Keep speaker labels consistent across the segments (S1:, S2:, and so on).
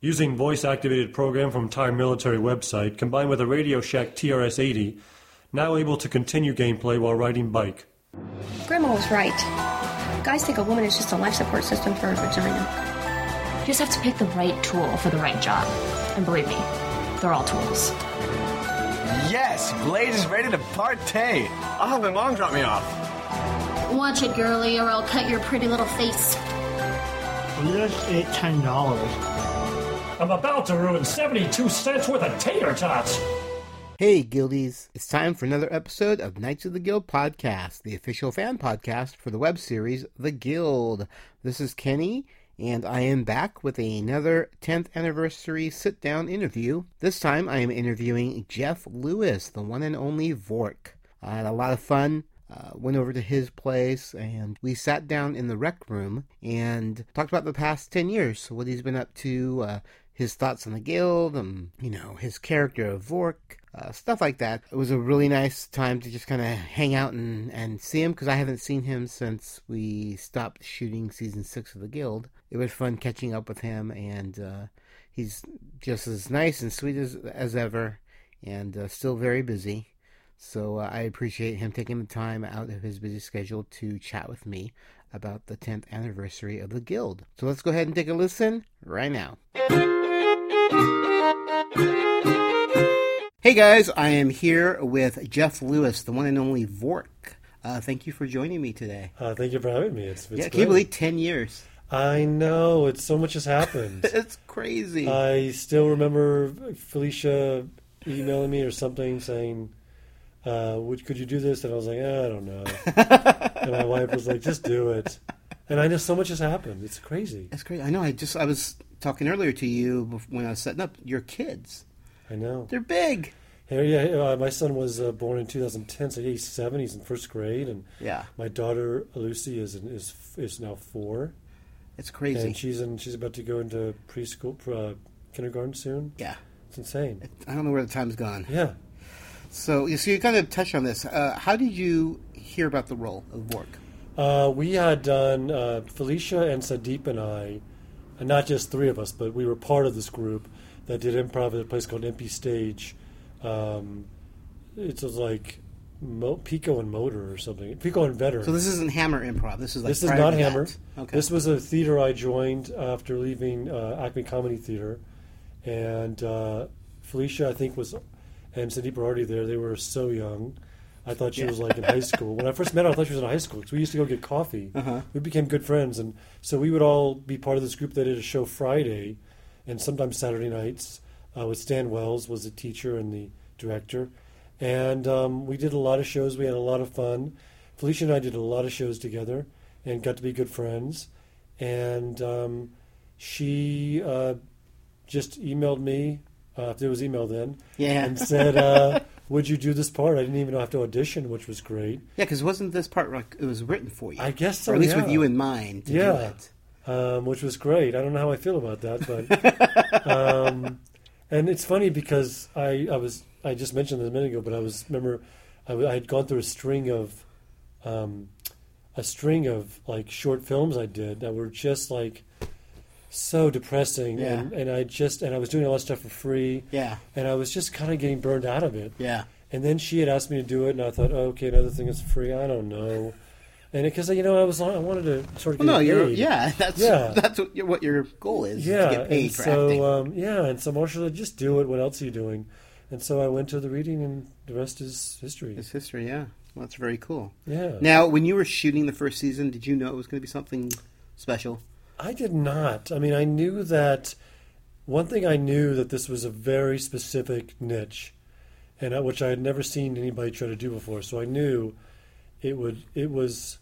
S1: Using voice-activated program from Thai military website, combined with a Radio Shack TRS-80, now able to continue gameplay while riding bike.
S2: Grandma was right. Guys think a woman is just a life support system for a vagina.
S3: You just have to pick the right tool for the right job. And believe me, they're all tools.
S4: Yes, Blade is ready to partay. I'll have my mom drop me off.
S5: Watch it, girlie, or I'll cut your pretty little face.
S6: Just ate ten dollars.
S7: I'm about to ruin 72 cents worth of tater tots.
S8: Hey, Guildies! It's time for another episode of Knights of the Guild podcast, the official fan podcast for the web series The Guild. This is Kenny, and I am back with another 10th anniversary sit down interview. This time I am interviewing Jeff Lewis, the one and only Vork. I had a lot of fun. Uh, went over to his place and we sat down in the rec room and talked about the past 10 years, what he's been up to, uh, his thoughts on the guild, and, you know, his character of Vork, uh, stuff like that. It was a really nice time to just kind of hang out and, and see him because I haven't seen him since we stopped shooting season six of the guild. It was fun catching up with him, and uh, he's just as nice and sweet as, as ever and uh, still very busy. So uh, I appreciate him taking the time out of his busy schedule to chat with me about the 10th anniversary of the Guild. So let's go ahead and take a listen right now. Hey guys, I am here with Jeff Lewis, the one and only Vork. Uh, thank you for joining me today.
S1: Uh, thank you for having me. It's, it's
S8: yeah, can
S1: great.
S8: you believe 10 years?
S1: I know. It's so much has happened.
S8: It's crazy.
S1: I still remember Felicia emailing me or something saying, uh, "Would could you do this?" And I was like, "Ah, "I don't know." and my wife was like, "Just do it." And I know so much has happened. It's crazy.
S8: That's crazy. I know. I just I was talking earlier to you bef- when I was setting up your kids.
S1: I know.
S8: They're big.
S1: Yeah, yeah, uh, my son was uh, born in 2010, so he's seven. He's in first grade, and
S8: Yeah.
S1: my daughter Lucy is in, is is now four,
S8: It's crazy.
S1: and she's in she's about to go into preschool, uh, kindergarten soon.
S8: yeah.
S1: It's insane.
S8: I don't know where the time's gone.
S1: Yeah.
S8: So, so you kind of touched on this. Uh, how did you hear about the role of Vork?
S1: Uh, we had done uh, Felicia and Sadeep and I, and not just three of us, but we were part of this group that did improv at a place called Empty Stage. Um, it was like Mo- Pico and Motor or something. Pico and Veteran.
S8: So this isn't Hammer Improv. This is like
S1: This is
S8: prior
S1: not
S8: to that.
S1: Hammer.
S8: Okay.
S1: This was a theater I joined after leaving uh, Acme Comedy Theater, and uh, Felicia I think was, and Sandeep were already there. They were so young. I thought she was like in high school. When I first met her, I thought she was in high school because we used to go get coffee. We became good friends, and so we would all be part of this group that did a show Friday, and sometimes Saturday nights uh, with Stan Wells was the teacher and the director, and um, we did a lot of shows. We had a lot of fun. Felicia and I did a lot of shows together and got to be good friends. And um, she uh, just emailed me, uh, if there was email then,
S8: Yeah.
S1: and said, uh, "Would you do this part?" I didn't even have to audition, which was great.
S8: yeah, because wasn't this part like it was written for you?
S1: I guess so,
S8: Or at least
S1: yeah.
S8: with you in mind to do
S1: Yeah.
S8: it.
S1: um, which was great. I don't know how I feel about that, but um, and it's funny because I, I was I just mentioned this a minute ago, but I was remember I, w- I had gone through a string of um, a string of like short films I did that were just like so depressing,
S8: Yeah.
S1: and, and I just and I was doing all that stuff for free,
S8: Yeah.
S1: and I was just kind of getting burned out of it,
S8: Yeah.
S1: and then she had asked me to do it, and I thought, oh, okay, another thing is free. I don't know, and because you know I was I wanted to sort of
S8: Well, no,
S1: get
S8: you're
S1: paid.
S8: yeah. That's
S1: Yeah.
S8: that's what your, what your goal is. is
S1: Yeah,
S8: to get paid
S1: and
S8: for acting.
S1: so um, yeah, and so Marshall said, "Just do it. What else are you doing?" And so I went to the reading, and the rest is history.
S8: It's history. Yeah, well, that's very cool.
S1: Yeah.
S8: Now, when you were shooting the first season, did you know it was going to be something special?
S1: I did not. I mean, I knew that one thing I knew that this was a very specific niche, and I, which I had never seen anybody try to do before. So I knew it would it was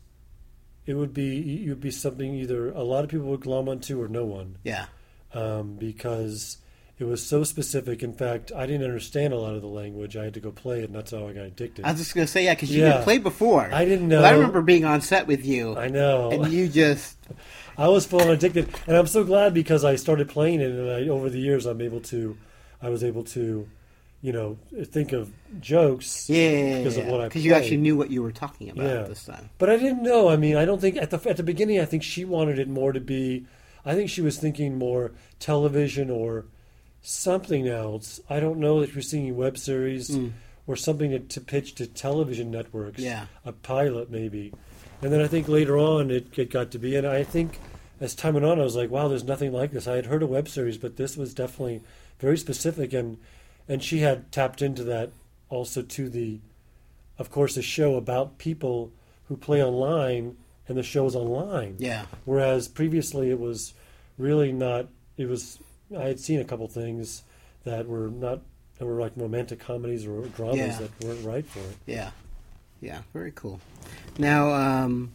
S1: it would be it would be something either a lot of people would glom onto or no one.
S8: Yeah.
S1: um, because it was so specific. In fact, I didn't understand a lot of the language. I had to go play it, and that's how I got addicted.
S8: I was just going to say, yeah, because you
S1: Yeah.
S8: had played before.
S1: I didn't
S8: But I
S1: know.
S8: remember being on set with you.
S1: I know.
S8: And you just,
S1: I was full on addicted, and I'm so glad because I started playing it, and I, over the years, I'm able to, I was able to, you know, think of jokes
S8: yeah.
S1: because of what I
S8: Because you actually
S1: played.
S8: knew what you were talking about this time.
S1: But I didn't know. I mean, I don't think at the at the beginning. I think she wanted it more to be. I think she was thinking more television or something else. I don't know that she was thinking web series or something to, to pitch to television networks.
S8: Hmm. Yeah.
S1: A pilot, maybe. And then I think later on it, it got to be. And I think as time went on, I was like, wow, there's nothing like this. I had heard of web series, but this was definitely very specific. And, and she had tapped into that also to the of course, a show about people who play online and the show's online.
S8: Yeah.
S1: Whereas previously it was really not. It was I had seen a couple things that were not that were like romantic comedies or dramas
S8: Yeah.
S1: that weren't right for it.
S8: Yeah. Yeah, very cool. Now, um,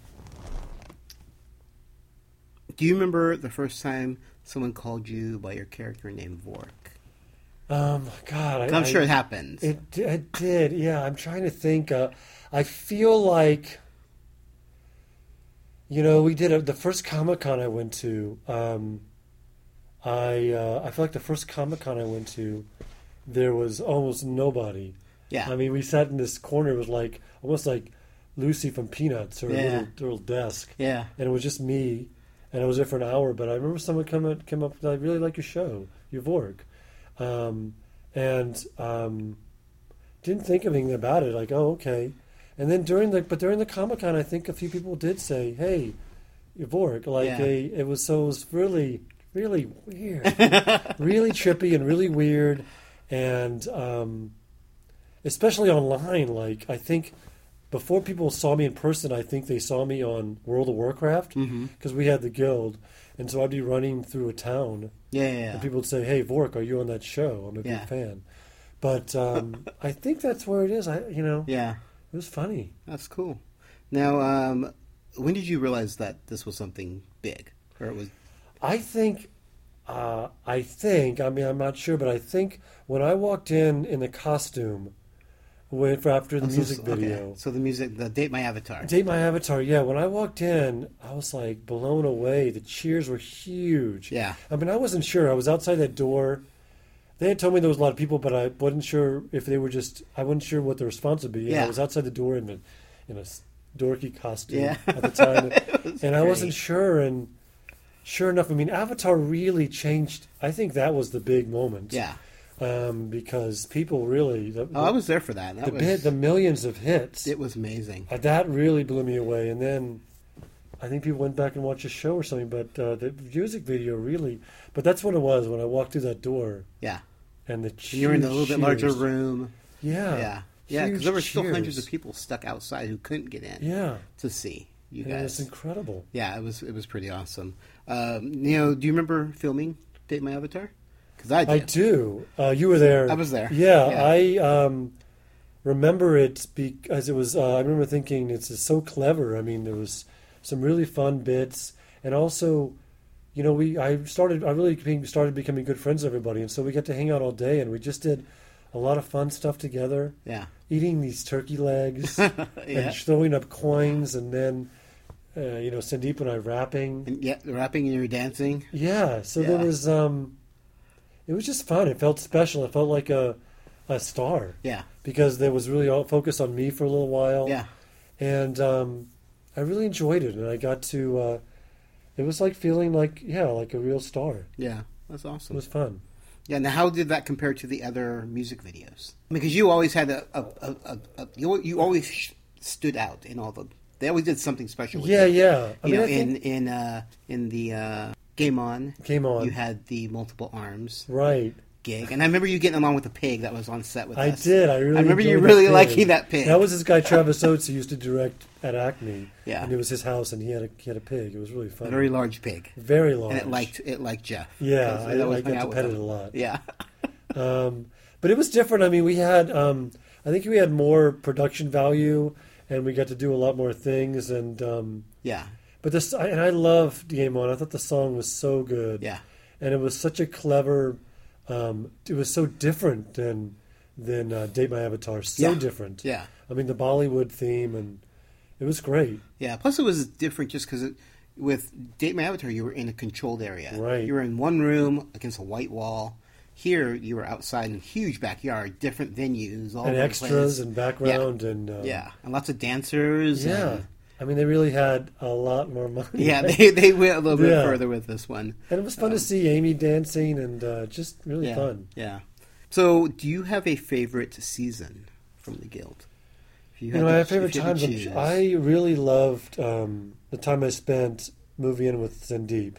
S8: do you remember the first time someone called you by your character name Vork?
S1: Um, God, I,
S8: I'm sure
S1: I-
S8: it happens.
S1: It, d- it did, yeah. I'm trying to think. Uh, I feel like, you know, we did a, the first Comic Con I went to. Um, I uh, I feel like the first Comic Con I went to, there was almost nobody.
S8: Yeah.
S1: I mean, we sat in this corner. It was like almost like Lucy from Peanuts, her
S8: Yeah.
S1: little, little desk.
S8: Yeah.
S1: And it was just me, and I was there for an hour. But I remember someone come up, came up. I really like your show, your Vorg, um, and um, didn't think of anything about it. Like, oh, okay. And then during the but during the Comic Con, I think a few people did say, "Hey, your Vorg." Like,
S8: Yeah.
S1: they, it was so it was really, really weird, really trippy, and really weird, and. Um, especially online. Like I think before people saw me in person, I think they saw me on World of Warcraft because we had the guild, and so I'd be running through a town,
S8: yeah, yeah, yeah.
S1: and people would say, "Hey, Vork, are you on that show?" I'm a
S8: Yeah.
S1: big fan. But um, I think that's where it is. I, you know,
S8: Yeah,
S1: it was funny.
S8: that's cool. Now, um, when did you realize that this was something big? Or it was,
S1: I think, uh, I think. I mean, I'm not sure, but I think when I walked in in the costume, when, for after the music
S8: okay,
S1: video,
S8: So the music, the date my avatar.
S1: Date My Avatar, yeah. When I walked in, I was like blown away. The cheers were huge.
S8: Yeah.
S1: I mean, I wasn't sure. I was outside that door. They had told me there was a lot of people, but I wasn't sure if they were just. I wasn't sure what the response would be. And
S8: Yeah.
S1: I was outside the door in a, in a s- dorky costume
S8: Yeah.
S1: at the time, and I
S8: great.
S1: wasn't sure. And sure enough, I mean, Avatar really changed. I think that was the big moment.
S8: Yeah.
S1: Um, because people really the,
S8: Oh, I was there for that. That
S1: the,
S8: was,
S1: bit- the millions of hits.
S8: it was amazing.
S1: Uh, that really blew me away. And then I think people went back and watched a show or something, but uh, the music video really. But that's what it was when I walked through that door
S8: Yeah.
S1: and the
S8: You were in a
S1: huge
S8: little bit larger
S1: cheers.
S8: room.
S1: Yeah.
S8: Yeah. Yeah, because
S1: Huge
S8: there were still hundreds
S1: cheers.
S8: of people stuck outside who couldn't get in.
S1: Yeah.
S8: To see you
S1: And it's
S8: guys.
S1: incredible.
S8: yeah, it was it was pretty awesome. Um, you know, do you remember filming Date My Avatar? Because I did.
S1: I do. Uh, you were there.
S8: I was there.
S1: Yeah,
S8: Yeah.
S1: I um, remember it because it was. Uh, I remember thinking it's just so clever. I mean, there was some really fun bits, and also, you know, we I started. I really became- started becoming good friends with everybody, and so we got to hang out all day, and we just did a lot of fun stuff together.
S8: Yeah.
S1: eating these turkey legs and throwing up coins, and then. Uh, you know, Sandeep and I rapping.
S8: And yeah, the rapping and you were dancing.
S1: Yeah, so there
S8: Yeah.
S1: was um it was just fun. It felt special. It felt like a a star.
S8: Yeah.
S1: Because there was really all focus on me for a little while.
S8: Yeah.
S1: And um I really enjoyed it and I got to uh it was like feeling like yeah, like a real star.
S8: Yeah. That's
S1: It
S8: awesome.
S1: was fun.
S8: Yeah. Now, how did that compare to the other music videos? Because you always had a, a, a, a, a you, you always sh- stood out in all the. They always did something special. With
S1: Yeah,
S8: you.
S1: yeah. I
S8: you
S1: mean,
S8: know,
S1: I
S8: in
S1: think-
S8: in uh, in the uh, game on
S1: Game On.
S8: you had the multiple arms
S1: Right.
S8: gig, and I remember you getting along with the pig that was on set with
S1: I
S8: us.
S1: did. I really.
S8: I remember you
S1: enjoyed
S8: really
S1: that
S8: liking that pig.
S1: That was this guy Travis Oates who used to direct at Acme.
S8: Yeah.
S1: and it was his house, and he had a he had a pig. It was really fun.
S8: a very large pig,
S1: very large.
S8: and it liked it liked Jeff.
S1: Yeah,
S8: 'Cause
S1: I-
S8: it always
S1: I
S8: hung
S1: got
S8: out
S1: to
S8: with
S1: pet
S8: him.
S1: it a lot.
S8: Yeah,
S1: but it was different. I mean, we had um, I think we had more production value, and we got to do a lot more things. And um,
S8: yeah,
S1: but this I, and I love Game On. I thought the song was so good.
S8: Yeah.
S1: and it was such a clever. Um, it was so different than than uh, Date My Avatar. So
S8: Yeah.
S1: different.
S8: Yeah.
S1: I mean the Bollywood theme, and it was great.
S8: yeah. Plus, it was different just because with Date My Avatar, you were in a controlled area.
S1: Right.
S8: you were in one room against a white wall. Here, you were outside in a huge backyard, different venues, all
S1: And
S8: over the
S1: extras
S8: place.
S1: and background and um,
S8: yeah, and lots of dancers.
S1: Yeah.
S8: and
S1: I mean, they really had a lot more money.
S8: Yeah, they, they went a little bit
S1: Yeah.
S8: further with this one.
S1: and it was fun to see Amy dancing and uh, just really
S8: Yeah,
S1: fun.
S8: yeah. So, do you have a favorite season from the guild? If
S1: You
S8: had
S1: know,
S8: to-
S1: my
S8: if
S1: favorite
S8: you had
S1: times.
S8: to
S1: I'm-
S8: choose.
S1: I really loved um, the time I spent moving in with Sandeep.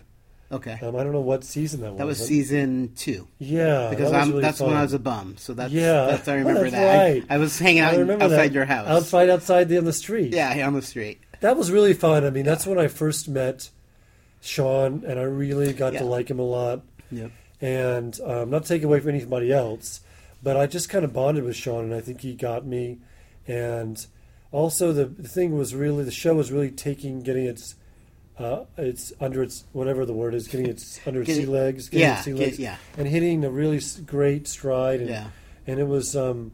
S8: okay.
S1: Um, I don't know what season that was.
S8: that was
S1: but-
S8: season two.
S1: Yeah,
S8: Because
S1: Uh, that was
S8: I'm,
S1: really
S8: that's when I
S1: fun.
S8: was a bum, so that's
S1: Yeah,
S8: that's I remember
S1: that's
S8: that. I-
S1: right.
S8: I, was hanging out
S1: I remember
S8: outside
S1: that.
S8: your house.
S1: outside outside the on the street.
S8: yeah, on the street.
S1: that was really fun. I mean, that's when I first met Sean, and I really got
S8: Yeah.
S1: to like him a lot.
S8: Yep.
S1: And um, not to take away from anybody else, but I just kind of bonded with Sean, and I think he got me. And also, the, the thing was really the show was really taking getting its uh, its under its whatever the word is getting its under its
S8: Get
S1: sea
S8: it-
S1: legs, getting
S8: yeah,
S1: its sea
S8: get-
S1: legs,
S8: yeah.
S1: and hitting a really s- great stride. And,
S8: Yeah.
S1: and it was, um,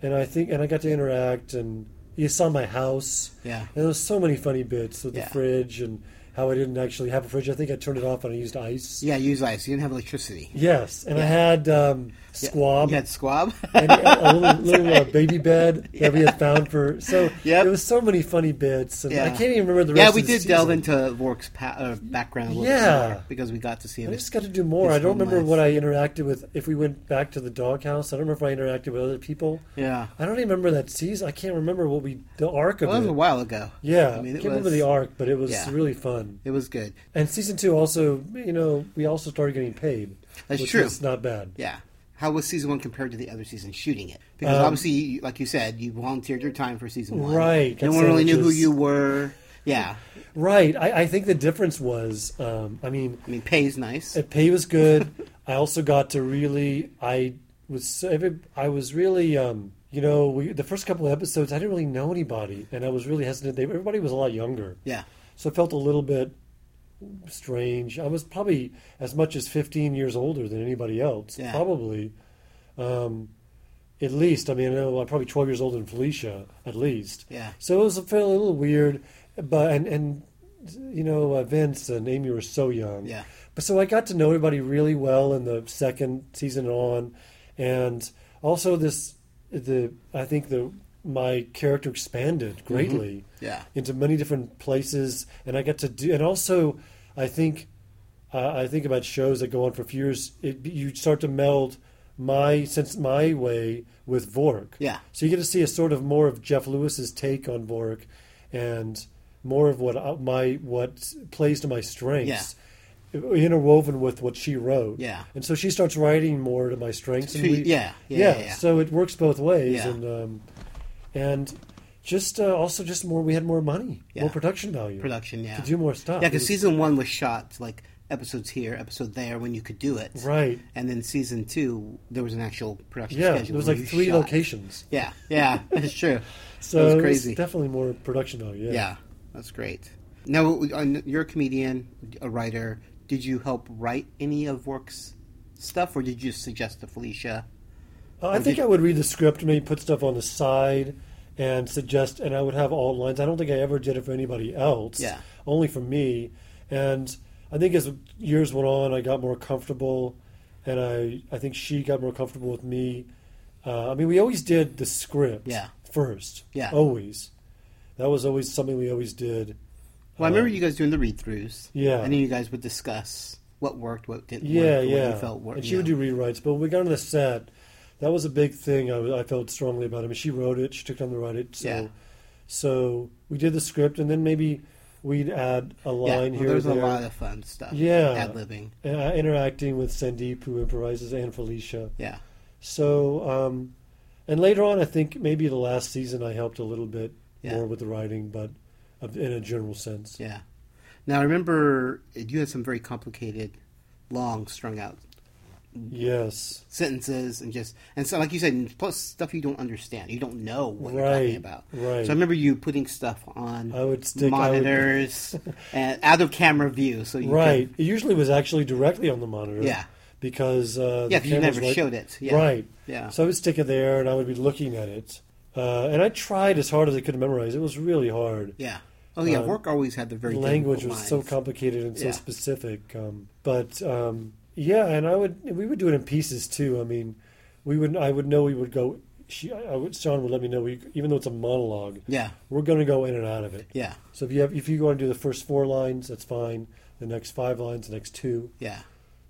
S1: and I think, and I got to interact, and you saw my house.
S8: Yeah.
S1: and there was so many funny bits with
S8: Yeah.
S1: the fridge and how I didn't actually have a fridge. I think I turned it off and I used ice.
S8: Yeah, use ice. You didn't have electricity.
S1: Yes, and I had um, squab.
S8: You had squab.
S1: and a little, little uh, baby bed that we had found for so
S8: Yep.
S1: there was so many funny bits and
S8: Yeah.
S1: I can't even remember the rest
S8: yeah, we
S1: of the
S8: did delve
S1: season.
S8: into Vork's pa- uh, background a little
S1: Yeah.
S8: bit more because we got to see him.
S1: I just got to do more.
S8: His
S1: I don't
S8: home
S1: remember
S8: life.
S1: what I interacted with. If we went back to the doghouse, I don't remember if I interacted with other people.
S8: Yeah.
S1: I don't even remember that season. I can't remember what we the arc of
S8: Well, that was
S1: it.
S8: a while ago.
S1: Yeah,
S8: I
S1: I,
S8: mean, it
S1: can't remember
S8: was-
S1: the arc, but it was
S8: Yeah.
S1: really fun.
S8: It was good.
S1: And season two also, you know, we also started getting paid.
S8: That's
S1: which
S8: true.
S1: was not bad.
S8: Yeah. How was season one compared to the other season shooting it? Because
S1: Um,
S8: obviously, you, like you said, you volunteered your time for season one.
S1: Right,
S8: No
S1: got
S8: one really knew who
S1: sandwiches.
S8: you were. Yeah.
S1: Right. I, I think the difference was, um, I mean,
S8: I mean, pay's nice.
S1: the pay was good. I also got to really, I was, so- every- I was really, um, you know, we, the first couple of episodes, I didn't really know anybody, and I was really hesitant. They, everybody was a lot younger,
S8: yeah.
S1: so it felt a little bit strange. I was probably as much as fifteen years older than anybody else,
S8: Yeah.
S1: probably. Um, at least, I mean, I know I'm probably twelve years older than Felicia, at least.
S8: Yeah.
S1: So it was a, fairly, a little weird, but and and you know, uh, Vince and Amy were so young.
S8: Yeah.
S1: But so I got to know everybody really well in the second season and on, and also this the I think the my character expanded greatly.
S8: Mm-hmm. Yeah.
S1: Into many different places, and I got to do, and also I think uh, I think about shows that go on for a few years. It, you start to meld my sense my way with Vork.
S8: Yeah.
S1: So you get to see a sort of more of Jeff Lewis's take on Vork, and more of what I- my what plays to my strengths, interwoven with what she wrote.
S8: Yeah.
S1: and so she starts writing more to my strengths. And
S8: She-
S1: we,
S8: yeah, yeah, yeah, yeah.
S1: So it works both ways,
S8: Yeah.
S1: and um, and just uh, also just more. We had more money,
S8: Yeah.
S1: more production value,
S8: Production, yeah.
S1: to do more stuff.
S8: Yeah,
S1: It
S8: because
S1: was-
S8: season one was shot like episodes here, episode there when you could do it.
S1: Right.
S8: And then season two, there was an actual production
S1: Yeah,
S8: schedule.
S1: there was
S8: where
S1: like
S8: you
S1: three
S8: shot.
S1: locations.
S8: Yeah, yeah, that's true.
S1: So
S8: that was
S1: it's
S8: crazy.
S1: definitely more production value. Yeah.
S8: yeah, that's great. Now, on- you're a comedian, a writer. Did you help write any of Work's stuff, or did you just suggest to Felicia?
S1: Uh, I think I would read the script, maybe put stuff on the side, and suggest, and I would have outlines. I don't think I ever did it for anybody else.
S8: Yeah.
S1: Only for me, and I think as years went on, I got more comfortable, and I I think she got more comfortable with me. Uh, I mean, we always did the script.
S8: Yeah.
S1: First.
S8: Yeah.
S1: Always. That was always something we always did.
S8: Well, I remember you guys doing the read-throughs.
S1: Uh, Yeah.
S8: and then you guys would discuss what worked, what didn't
S1: yeah,
S8: work, or
S1: yeah.
S8: what you felt worked.
S1: and she would
S8: yeah.
S1: do rewrites. But when we got on the set, that was a big thing. I, was- I felt strongly about. I mean, she wrote it. She took time to write it. So,
S8: Yeah.
S1: so we did the script, and then maybe we'd add a
S8: Yeah,
S1: line
S8: well,
S1: here.
S8: there was
S1: or
S8: a
S1: there.
S8: lot of fun stuff.
S1: yeah,
S8: ad living.
S1: Uh, interacting with Sandeep, who improvises, and Felicia.
S8: Yeah,
S1: So, um, and later on, I think maybe the last season I helped a little bit
S8: Yeah.
S1: more with the writing, but of- in a general sense.
S8: yeah. Now I remember you had some very complicated, long, strung out
S1: Yes.
S8: sentences and just and so like you said and plus stuff you don't understand you don't know what you're talking
S1: Right,
S8: about
S1: right.
S8: so i remember you putting stuff on
S1: I would stick- I would-
S8: monitors and out of camera view so you
S1: Right.
S8: could-
S1: It usually was actually directly on the monitor.
S8: Yeah.
S1: Because uh,
S8: Yeah,
S1: the
S8: 'cause you
S1: camera's
S8: never
S1: right-
S8: showed it. Yeah.
S1: Right.
S8: Yeah.
S1: So I would stick it there, and I would be looking at it, uh, and I tried as hard as I could to memorize. It was really hard.
S8: yeah oh yeah work always had the very
S1: The Uh, language was
S8: difficult
S1: so
S8: lines.
S1: complicated and so
S8: Yeah.
S1: specific. Um, but um, yeah, and I would we would do it in pieces too. I mean, we would I would know we would go she, I, I would, Sean would let me know. We, even though it's a monologue,
S8: Yeah.
S1: we're going to go in and out of it.
S8: Yeah.
S1: So if you have, if you want to do the first four lines, that's fine. The next five lines, the next two.
S8: Yeah.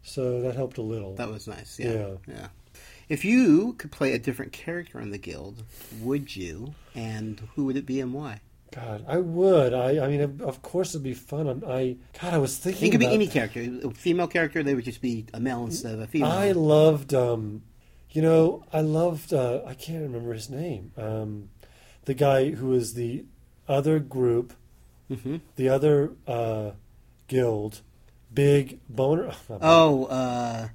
S1: So that helped a little.
S8: That was nice. Yeah. Yeah.
S1: Yeah.
S8: If you could play a different character in the guild, would you? And who would it be and why?
S1: God, I would. I, I mean, of- of course it'd be fun. I'm- I, God, I was thinking.
S8: It could be
S1: about
S8: any
S1: that.
S8: character. A female character, they would just be a male instead of a female.
S1: I loved, um, you know, I loved. Uh, I can't remember his name. Um, the guy who was the other group,
S8: Mm-hmm.
S1: the other uh, guild, big boner. not boner.
S8: oh, uh,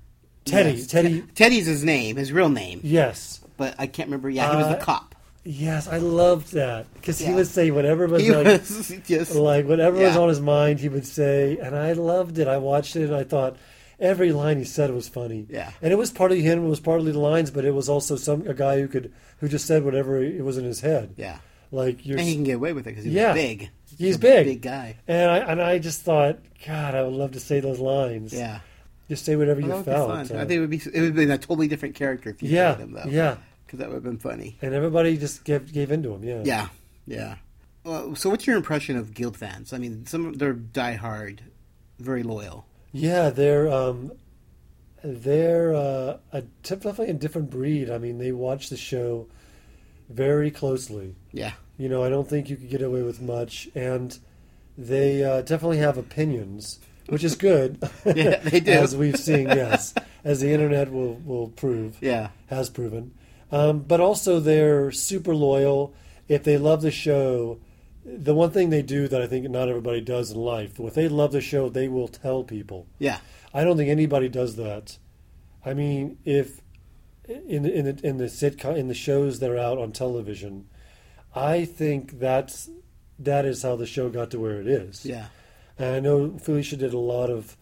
S1: Teddy,
S8: yes.
S1: Teddy.
S8: Teddy's his name, his real name,
S1: Yes,
S8: but I can't remember. Yeah, he was the
S1: Uh,
S8: cop.
S1: yes, I loved that because
S8: Yeah.
S1: he would say whatever was,
S8: He
S1: like,
S8: was just
S1: like whatever was
S8: Yeah.
S1: on his mind, he would say, and I loved it. I watched it, and I thought every line he said was funny.
S8: Yeah.
S1: and it was partly him, it was partly the lines, but it was also some a guy who could who just said whatever it was in his head.
S8: yeah,
S1: like you're,
S8: and he can get away with it because he's
S1: yeah,
S8: big.
S1: He's
S8: a
S1: big,
S8: big guy.
S1: and I and I just thought, God, I would love to say those lines.
S8: Yeah,
S1: just say whatever
S8: that
S1: you
S8: would be fun.
S1: felt.
S8: I
S1: uh,
S8: think it would be it would have been a totally different character if you
S1: yeah,
S8: played him though.
S1: yeah,
S8: because that would have been funny.
S1: and everybody just gave gave into him. Yeah,
S8: Yeah, yeah. Well, so, what's your impression of Guild fans? I mean, some of- they're diehard, very loyal.
S1: Yeah, they're um, they're uh, a, definitely a different breed. I mean, they watch the show very closely.
S8: Yeah,
S1: You know, I don't think you could get away with much, and they uh, definitely have opinions, which is good.
S8: Yeah, they do.
S1: as we've seen, yes, as the internet will will prove.
S8: Yeah.
S1: has proven. Um, but also, they're super loyal. If they love the show, the one thing they do that I think not everybody does in life, if they love the show, they will tell people.
S8: yeah,
S1: I don't think anybody does that. I mean, if in in the, in the sitcom in the shows that are out on television, I think that's that is how the show got to where it is.
S8: yeah,
S1: and I know Felicia did a lot of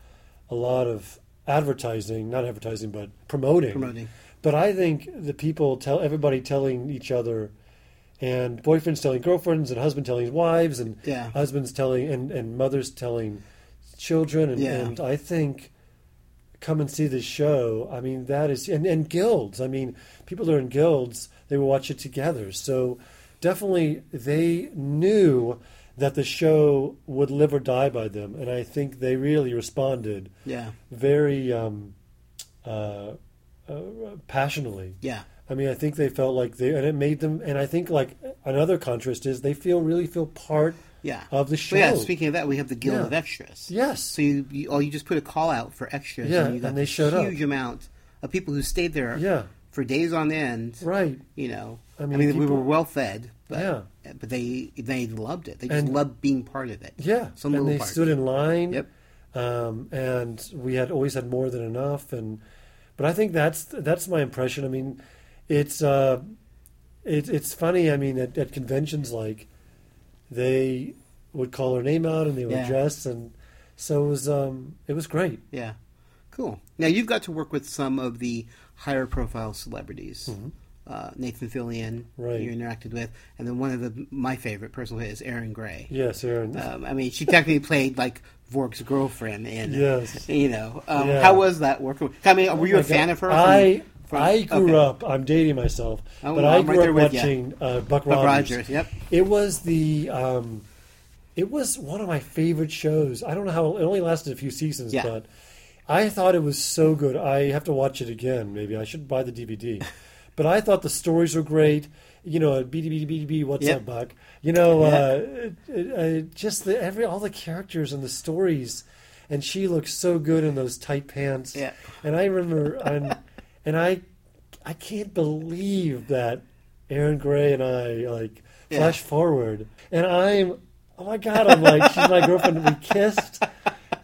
S1: a lot of advertising, not advertising, but promoting.
S8: Promoting.
S1: But I think the people tell everybody telling each other. And boyfriends telling girlfriends, and husband telling wives, and
S8: Yeah.
S1: husbands telling, and, and mothers telling children, and,
S8: Yeah.
S1: and I think come and see this show. I mean, that is, and, and guilds. I mean, people that are in guilds, they will watch it together. So definitely they knew that the show would live or die by them. And I think they really responded
S8: yeah,
S1: very um, uh, uh, passionately.
S8: yeah,
S1: I mean, I think they felt like they, and it made them, and I think like another contrast is they feel really feel part
S8: yeah.
S1: of the
S8: But
S1: show.
S8: yeah, speaking of that, we have the Guild
S1: Yeah.
S8: of Extras.
S1: Yes.
S8: So you, you oh you just put a call out for extras.
S1: Yeah,
S8: and, you got
S1: and they
S8: this
S1: showed up.
S8: huge amount of people who stayed there.
S1: Yeah.
S8: For days on end.
S1: right.
S8: You know, I
S1: I
S8: mean,
S1: mean,
S8: we
S1: people-
S8: were well fed, but
S1: Yeah.
S8: but they they loved it. They just
S1: And-
S8: loved being part of it.
S1: Yeah,
S8: Some
S1: and
S8: little
S1: they
S8: part.
S1: stood in line.
S8: Yep.
S1: Um, and we had always had more than enough, and but I think that's that's my impression. I mean, it's uh, it, it's funny. I mean, at, at conventions, like they would call her name out and they would
S8: Yeah.
S1: dress, and so it was um, it was great.
S8: Yeah. Cool. Now you've got to work with some of the higher profile celebrities. Uh, Nathan Fillion,
S1: Mm-hmm. Right.
S8: you interacted with, and then one of the my favorite personally is Aaron Gray.
S1: Yes, Aaron.
S8: Um, I mean, she technically played like Vork's girlfriend in.
S1: Yes.
S8: You know, um,
S1: Yeah. Oh
S8: how was that working? with- I mean, were you
S1: my
S8: a fan
S1: God.
S8: of her?
S1: I
S8: from-
S1: I grew
S8: okay.
S1: up. I'm dating myself,
S8: Oh,
S1: but
S8: well,
S1: I
S8: I'm right
S1: grew
S8: there
S1: up
S8: with ya.
S1: watching uh, Buck,
S8: Buck
S1: Rogers.
S8: Rogers, yep.
S1: It was the um, it was one of my favorite shows. I don't know how it only lasted a few seasons,
S8: Yeah.
S1: but I thought it was so good. I have to watch it again. Maybe I should buy the DVD. but I thought the stories were great. You know, beady beady beady beady. What's
S8: Yep.
S1: up, Buck? You know, uh, it, it, uh, just the, every all the characters and the stories. And she looked so good in those tight pants.
S8: Yeah.
S1: And I remember, and, and I, I can't believe that Aaron Gray and I like flash forward, and I'm, oh my god, I'm like she's my girlfriend. We kissed.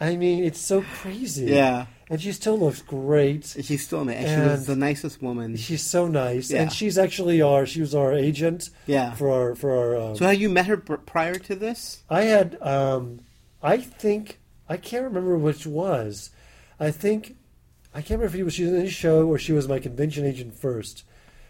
S1: I mean, it's so crazy.
S8: Yeah.
S1: And she still looks great.
S8: She's still in it. and She was
S1: And-
S8: the nicest woman.
S1: She's so nice,
S8: Yeah.
S1: and she's actually our she was our agent.
S8: Yeah.
S1: For our for our. Um,
S8: So, had you met her pr- prior to this?
S1: I had, um, I think, I can't remember which was. I think, I can't remember if it was she was in the show or she was my convention agent first.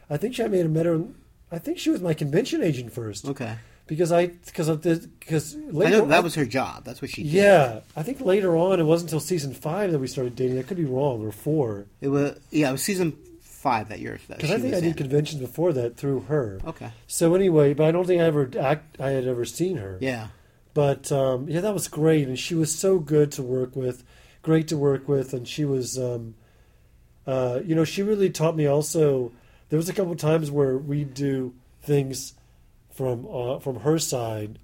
S1: I think she I made a met her. I think she was my convention agent first.
S8: Okay.
S1: Because I because of this because
S8: I
S1: later
S8: know that was her job. That's what she did.
S1: yeah I think later on it wasn't until season five that we started dating. I could be wrong or four.
S8: It was yeah, it was season five that you're. That
S1: Because I
S8: she
S1: think I
S8: was
S1: did
S8: in.
S1: conventions before that through her.
S8: Okay.
S1: So anyway, but I don't think I ever act. I had ever seen her.
S8: Yeah.
S1: But um, yeah, that was great, and she was so good to work with, great to work with, and she was, um, uh, you know, she really taught me. Also, there was a couple times where we do things from uh, from her side,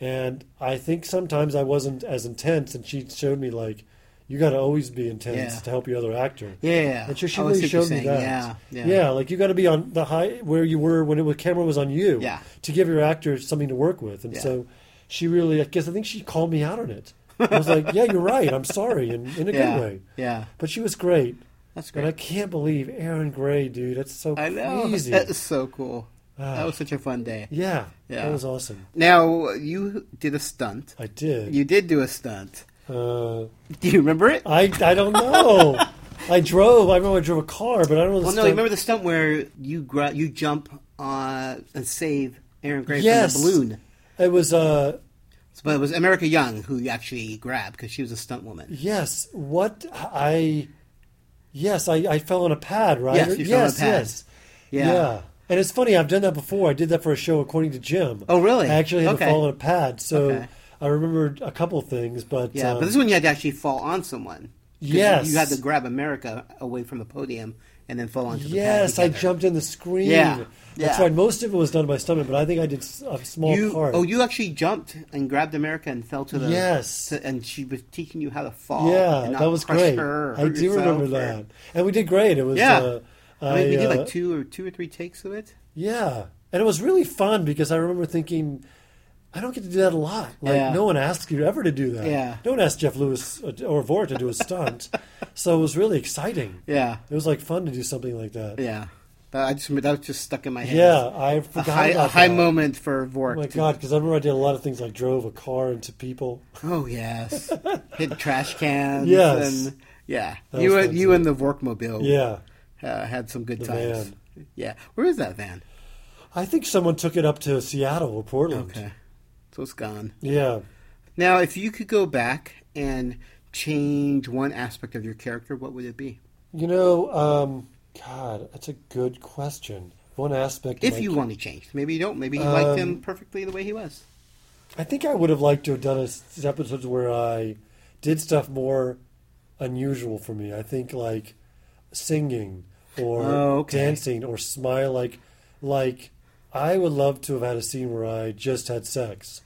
S1: and I think sometimes I wasn't as intense, and she showed me like, you got to always be intense
S8: Yeah.
S1: to help your other actor.
S8: Yeah, yeah, yeah.
S1: And so she
S8: Oh,
S1: really
S8: I see what you're
S1: showed me
S8: saying.
S1: that.
S8: Yeah, yeah.
S1: Uh, like you got to be on the high where you were when it was camera was on you.
S8: Yeah.
S1: To give your actor something to work with, and
S8: Yeah.
S1: so she really, I guess, I think she called me out on it. I was like, "Yeah, you're right. I'm sorry," and in a
S8: Yeah,
S1: good way.
S8: yeah.
S1: But she was great.
S8: That's
S1: And I
S8: great.
S1: can't believe Aaron Gray, dude. That's so
S8: I know.
S1: crazy.
S8: That is so cool. that
S1: Ah.
S8: was such a fun day.
S1: yeah,
S8: Yeah.
S1: That was awesome.
S8: Now you did a stunt.
S1: I did.
S8: You did do a stunt.
S1: uh,
S8: Do you remember it?
S1: I I don't know. I drove. I remember I drove a car, but I don't know. the
S8: well, no.
S1: stunt-
S8: You remember the stunt where you gra- you jump uh, and save Aaron Gray
S1: Yes.
S8: from the balloon.
S1: It was. uh
S8: But it was America Young who actually grabbed because she was a stunt woman.
S1: Yes. What I? Yes, I, I fell on a pad, right?
S8: Yes,
S1: Or-
S8: you fell on a
S1: yes,
S8: pad.
S1: yes.
S8: Yeah.
S1: And it's funny. I've done that before. I did that for a show, according to Jim.
S8: Oh, really?
S1: I actually had
S8: Okay.
S1: to fall on a pad, so
S8: Okay.
S1: I remembered a couple things. But
S8: Yeah,
S1: um,
S8: but this one you had to actually fall on someone. 'Cause you-
S1: Yes.
S8: you had to grab America away from the podium and then fall onto the pad
S1: Yes, I
S8: together.
S1: jumped in the screen.
S8: Yeah,
S1: That's
S8: yeah.
S1: right. Most of it was done by stomach, but I think I did s- a small
S8: You,
S1: part.
S8: oh, you actually jumped and grabbed America and fell to the
S1: Yes.
S8: to- and she was teaching you how to fall.
S1: yeah,
S8: and not
S1: that was
S8: crush
S1: great.
S8: her or
S1: I do
S8: yourself
S1: remember
S8: or-
S1: that, and we did great. It was
S8: Yeah.
S1: Uh,
S8: I mean, we did
S1: uh,
S8: like two or two or three takes of it.
S1: Yeah, and it was really fun because I remember thinking, I don't get to do that a lot. Like
S8: Yeah.
S1: no one asks you ever to do that.
S8: Yeah.
S1: no one asked Jeff Lewis or Vora to do a stunt, so it was really exciting.
S8: Yeah.
S1: it was like fun to do something like that.
S8: Yeah, that, I just remember that was just stuck in my head.
S1: Yeah, I
S8: a
S1: forgot
S8: high, a
S1: about
S8: high
S1: that.
S8: moment for Vork.
S1: Oh my
S8: to-
S1: god, because I remember I did a lot of things like drove a car into people.
S8: Oh yes, hit trash cans.
S1: Yes.
S8: and, yeah.
S1: That
S8: you
S1: was
S8: and
S1: fun,
S8: you
S1: too.
S8: and the Vorkmobile.
S1: Yeah,
S8: uh, had some good
S1: The
S8: times. Yeah, where is that van?
S1: I think someone took it up to Seattle or Portland.
S8: Okay, so it's gone.
S1: Yeah.
S8: Now, if you could go back and change one aspect of your character, what would it be?
S1: You know, um, God, that's a good question. One aspect. of
S8: If
S1: my
S8: you
S1: ca-
S8: want to change, maybe you don't. Maybe you liked
S1: Um,
S8: him perfectly the way he was.
S1: I think I would have liked to have done a s- episodes where I did stuff more unusual for me. I think like singing or
S8: Oh, okay.
S1: dancing or smile like like I would love to have had a scene where I just had sex.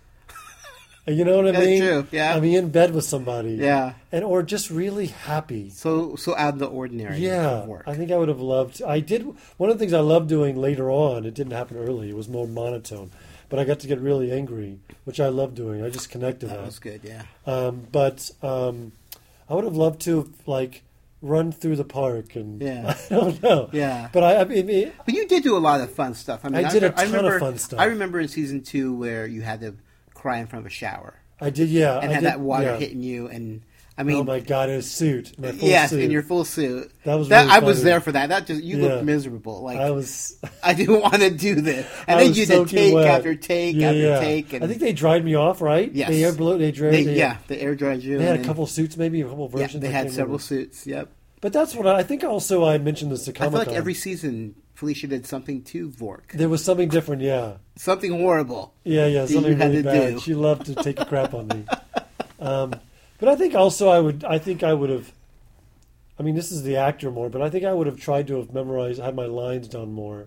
S1: You know what I
S8: That's
S1: mean?
S8: true, yeah.
S1: I mean in bed with somebody.
S8: Yeah.
S1: And or just really happy.
S8: So, so out of the ordinary.
S1: Yeah,
S8: of work.
S1: I think I would have loved. I did one of the things I loved doing later on. It didn't happen early. It was more monotone, but I got to get really angry, which I love doing. I just connected
S8: that was good. Yeah.
S1: Um, but um, I would have loved to have, like run through the park and
S8: Yeah.
S1: I don't know.
S8: Yeah.
S1: but I, I mean, it-
S8: But you did do a lot of fun stuff. I mean,
S1: I did a
S8: remember-
S1: ton of
S8: remember,
S1: fun stuff.
S8: I remember in season two where you had to cry in front of a shower
S1: I did. Yeah,
S8: and
S1: I
S8: had
S1: did,
S8: that water
S1: yeah.
S8: hitting you, and I mean,
S1: oh my god, in a suit, my full
S8: yes,
S1: suit.
S8: in your full suit.
S1: That was really
S8: I was
S1: funny.
S8: there for that. That just you
S1: Yeah.
S8: looked miserable. Like
S1: I was.
S8: I didn't want to do this.
S1: I
S8: And then
S1: was
S8: you
S1: soaking
S8: did take
S1: wet.
S8: after take
S1: Yeah,
S8: after
S1: yeah.
S8: take. And
S1: I think they dried me off, right?
S8: Yes.
S1: They air blew. They dried.
S8: they-
S1: they-
S8: yeah, the air dried you.
S1: They had
S8: and
S1: a
S8: then-
S1: couple suits, maybe a couple
S8: Yeah,
S1: versions.
S8: they
S1: I
S8: had
S1: can't
S8: several
S1: remember.
S8: suits. Yep.
S1: But that's what I, I think. Also, I mentioned this to
S8: I
S1: Comic
S8: feel like every season Felicia did something to Vork,
S1: there was something different. Yeah,
S8: something horrible.
S1: yeah, yeah.
S8: that
S1: Something
S8: you had
S1: really
S8: to
S1: bad.
S8: do.
S1: She loved to take a crap on me. Um, but I think also I would. I think I would have. I mean, this is the actor more, but I think I would have tried to have memorized, had my lines done more.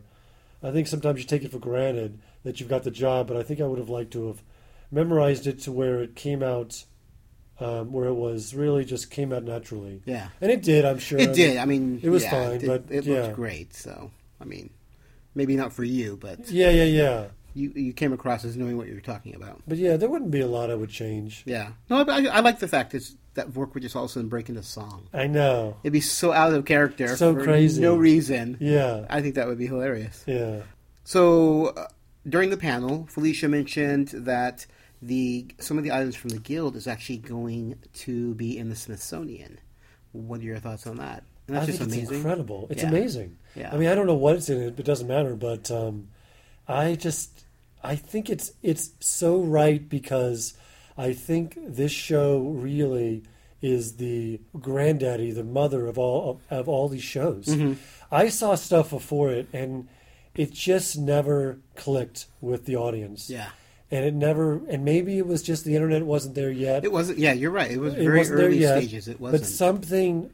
S1: I think sometimes you take it for granted that you've got the job, but I think I would have liked to have memorized it to where it came out, um, where it was really just came out naturally.
S8: Yeah.
S1: and it did. I'm sure
S8: It did. I mean,
S1: it was
S8: yeah,
S1: fine,
S8: It,
S1: but
S8: it
S1: yeah.
S8: looked great. So, I mean, maybe not for you, but
S1: Yeah, yeah, yeah.
S8: you you came across as knowing what you were talking about.
S1: But yeah, there wouldn't be a lot I would change.
S8: Yeah. No, but I, I like the fact is that Vork would just all of a sudden break into song.
S1: I know.
S8: It'd be so out of character.
S1: So
S8: for
S1: crazy.
S8: No reason.
S1: Yeah.
S8: I think that would be hilarious.
S1: Yeah.
S8: So, uh, during the panel, Felicia mentioned that the some of the items from the guild is actually going to be in the Smithsonian. What are your thoughts on that? And
S1: I
S8: that's
S1: think
S8: just amazing.
S1: it's incredible. It's
S8: Yeah.
S1: amazing.
S8: Yeah.
S1: I mean, I don't know what it's in it, but it doesn't matter. But um, I just, I think it's it's so right because I think this show
S8: Mm-hmm.
S1: really is the granddaddy, the mother of all of, all these shows. I saw stuff before it, and it just never clicked with the audience.
S8: Yeah.
S1: And it never, and maybe it was just the internet wasn't there yet.
S8: It wasn't. Yeah, you're right. It was
S1: It
S8: very
S1: wasn't
S8: early
S1: there yet,
S8: stages. It wasn't.
S1: But something.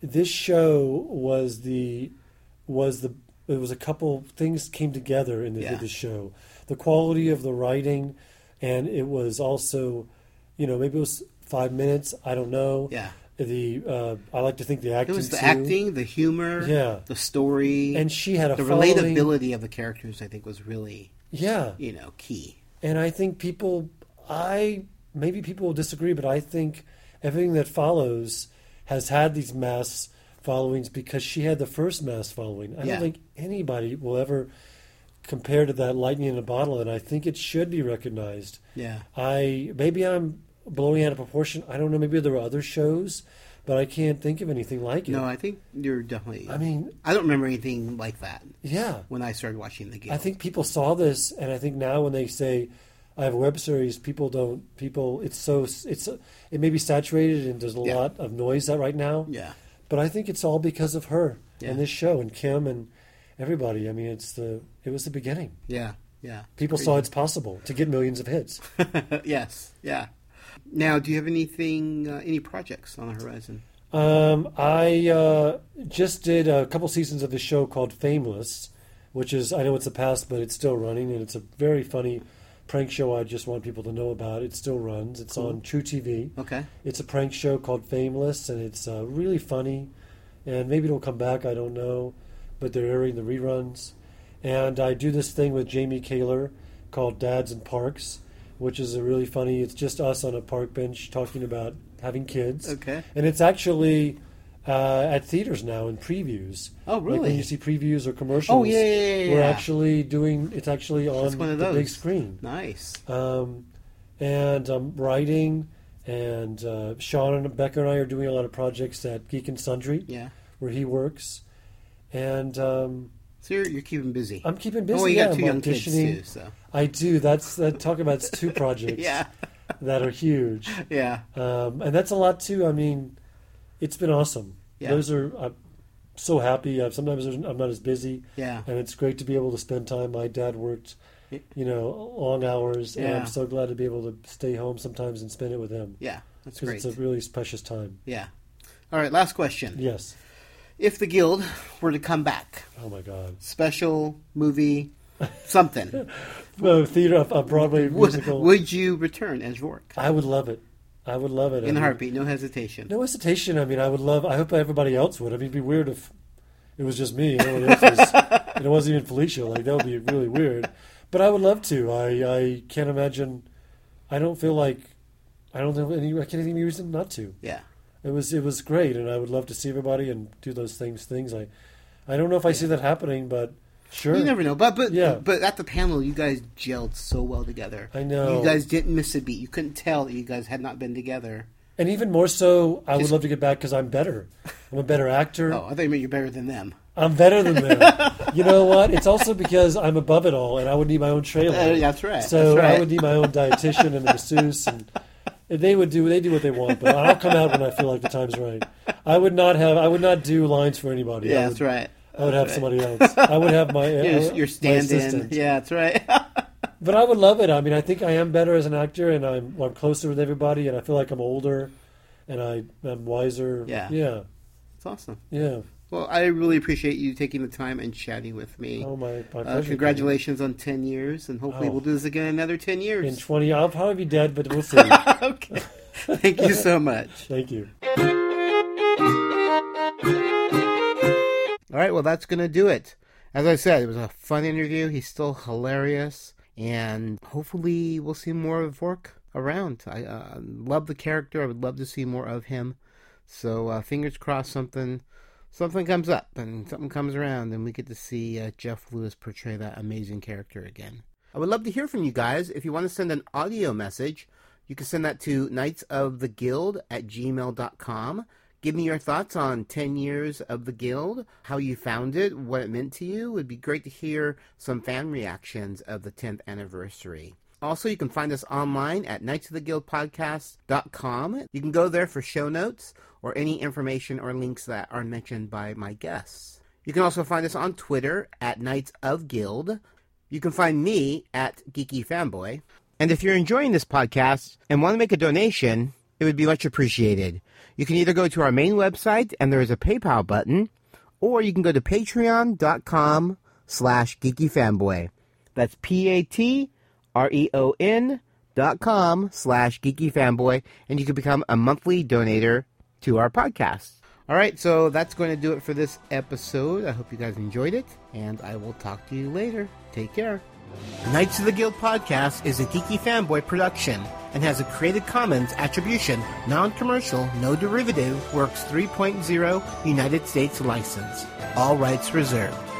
S1: This show was the was the it was a couple things came together in the,
S8: Yeah.
S1: the show. The quality of the writing, and it was also, you know, maybe it was five minutes. I don't know.
S8: Yeah.
S1: The uh, I like to think the
S8: it
S1: acting.
S8: was the
S1: too.
S8: acting, the humor,
S1: Yeah.
S8: the story,
S1: And she had a
S8: the
S1: following-
S8: relatability of the characters. I think was really
S1: Yeah.
S8: you know key.
S1: And I think people, I maybe people will disagree, but I think everything that follows has had these mass followings because she had the first mass following. I
S8: Yeah.
S1: don't think anybody will ever compare to that lightning in a bottle, and I think it should be recognized.
S8: Yeah.
S1: I maybe I'm blowing out of proportion. I don't know. Maybe there were other shows, but I can't think of anything like it.
S8: No, I think you're definitely.
S1: I mean,
S8: I don't remember anything like that
S1: yeah.
S8: when I started watching the game.
S1: I think people saw this, and I think now when they say, "I have a web series," people don't. People, it's so it's it may be saturated and there's a
S8: Yeah.
S1: lot of noise out right now.
S8: Yeah.
S1: but I think it's all because of her
S8: Yeah.
S1: and this show and Kim and everybody. I mean, it's the it was the beginning.
S8: Yeah, yeah.
S1: People saw it's possible to get millions of hits.
S8: yes, yeah. Now, do you have anything, uh, any projects on the horizon?
S1: Um, I uh, just did a couple seasons of this show called Fameless, which is I know it's a past, but it's still running, and it's a very funny prank show. I just want people to know about. It still runs. It's on True TV.
S8: Okay.
S1: It's a prank show called Fameless, and it's uh, really funny. And maybe it'll come back. I don't know, but they're airing the reruns. And I do this thing with Jamie Kaler called Dads and Parks, which is a really funny. It's just us on a park bench talking about having kids.
S8: Okay.
S1: And it's actually uh, at theaters now in previews.
S8: Oh,
S1: Like when
S8: really? Oh,
S1: you see previews or commercials.
S8: yeah, yeah, yeah,
S1: We're
S8: yeah.
S1: actually doing. It's actually
S8: That's
S1: on
S8: one of
S1: Um, the
S8: those.
S1: big screen.
S8: Nice.
S1: Um, and I'm writing, and uh, Sean and Becca and I are doing a lot of projects at Geek and Sundry,
S8: Yeah.
S1: where he works. And um,
S8: So you're, you're keeping busy.
S1: I'm keeping busy.
S8: Oh, you
S1: yeah,
S8: got two
S1: I'm
S8: young kids
S1: auditioning.
S8: too, so.
S1: I do. That's that. Talk about two projects
S8: Yeah,
S1: that are huge,
S8: yeah.
S1: um, and that's a lot too. I mean, it's been awesome.
S8: Yeah.
S1: Those are. I'm so happy. i sometimes there's- I'm not as busy.
S8: Yeah.
S1: and it's great to be able to spend time. My dad worked, you know, long hours, and
S8: Yeah.
S1: I'm so glad to be able to stay home sometimes and spend it with him.
S8: Yeah, that's
S1: 'Cause
S8: great.
S1: it's a really precious time.
S8: yeah. All right, last question.
S1: Yes.
S8: If the Guild were to come back,
S1: Oh my God.
S8: special, movie, something,
S1: No theater, a a Broadway
S8: would,
S1: musical.
S8: would you return as Rourke?
S1: I would love it. I would love it. I
S8: In a
S1: mean,
S8: heartbeat, no hesitation.
S1: Uh, No hesitation. I mean, I would love. I hope everybody else would. I mean, it'd be weird if it was just me. and Everyone else was, and it wasn't even Felicia. Like that would be really weird. But I would love to. I I can't imagine. I don't feel like. I don't know any. I can't think of any reason not to.
S8: Yeah.
S1: It was it was great, and I would love to see everybody and do those things. Things I, I don't know if I see that happening, but sure.
S8: You never know, but but
S1: Yeah.
S8: but at the panel, you guys gelled so well together.
S1: I know.
S8: you guys didn't miss a beat. You couldn't tell that you guys had not been together.
S1: And even more so, I would
S8: Just-
S1: love to get back because I'm better. I'm a better actor.
S8: Oh, I thought you meant you're better than them.
S1: I'm better than them. you know what? It's also because I'm above it all, and I would need my own trailer.
S8: Uh, that's right,
S1: So
S8: that's right.
S1: I would need my own dietitian and masseuse, and and they would do they do what they want. But I'll come out when I feel like the time's right. I would not have I would not do lines for anybody.
S8: Yeah,
S1: I
S8: that's
S1: would-
S8: right.
S1: I would have somebody else. I would have my
S8: You're,
S1: uh,
S8: you're
S1: my
S8: stand-in.
S1: assistant.
S8: Yeah, that's right.
S1: But I would love it. I mean, I think I am better as an actor, and I'm I'm closer with everybody, and I feel like I'm older, and I I'm wiser.
S8: Yeah.
S1: yeah,
S8: it's awesome.
S1: yeah.
S8: Well, I really appreciate you taking the time and chatting with me.
S1: Oh my, my
S8: Uh,
S1: pleasure.
S8: congratulations on 10 years, and hopefully
S1: Oh.
S8: we'll do this again in another 10
S1: In
S8: years.
S1: twenty, I'll probably be dead, but we'll see.
S8: okay. Thank you so much.
S1: Thank you.
S8: All right, well, that's going to do it. As I said, it was a fun interview. He's still hilarious, and hopefully, we'll see more of Vork around. I uh, love the character. I would love to see more of him. So, uh, fingers crossed, something something comes up and something comes around, and we get to see uh, Jeff Lewis portray that amazing character again. I would love to hear from you guys. If you want to send an audio message, you can send that to Knights of the Guild at gmail.com. Give me your thoughts on 10 years of the Guild, how you found it, what it meant to you. It would be great to hear some fan reactions of the 10th anniversary. Also, you can find us online at knightsoftheguildpodcast.com. You can go there for show notes or any information or links that are mentioned by my guests. You can also find us on Twitter at Knights of Guild. You can find me at Geeky Fanboy. And if you're enjoying this podcast and want to make a donation, it would be much appreciated. You can either go to our main website and there is a PayPal button, or you can go to patreon.com slash geekyfanboy. That's P-A-T-R-E-O-N E dot com slash geekyfanboy, and you can become a monthly donator to our podcast. All right, so that's going to do it for this episode. I hope you guys enjoyed it, and I will talk to you later. Take care. Knights of the Guild podcast is a geeky fanboy production and has a Creative Commons attribution, non commercial, no derivative, works 3.0 United States license. All rights reserved.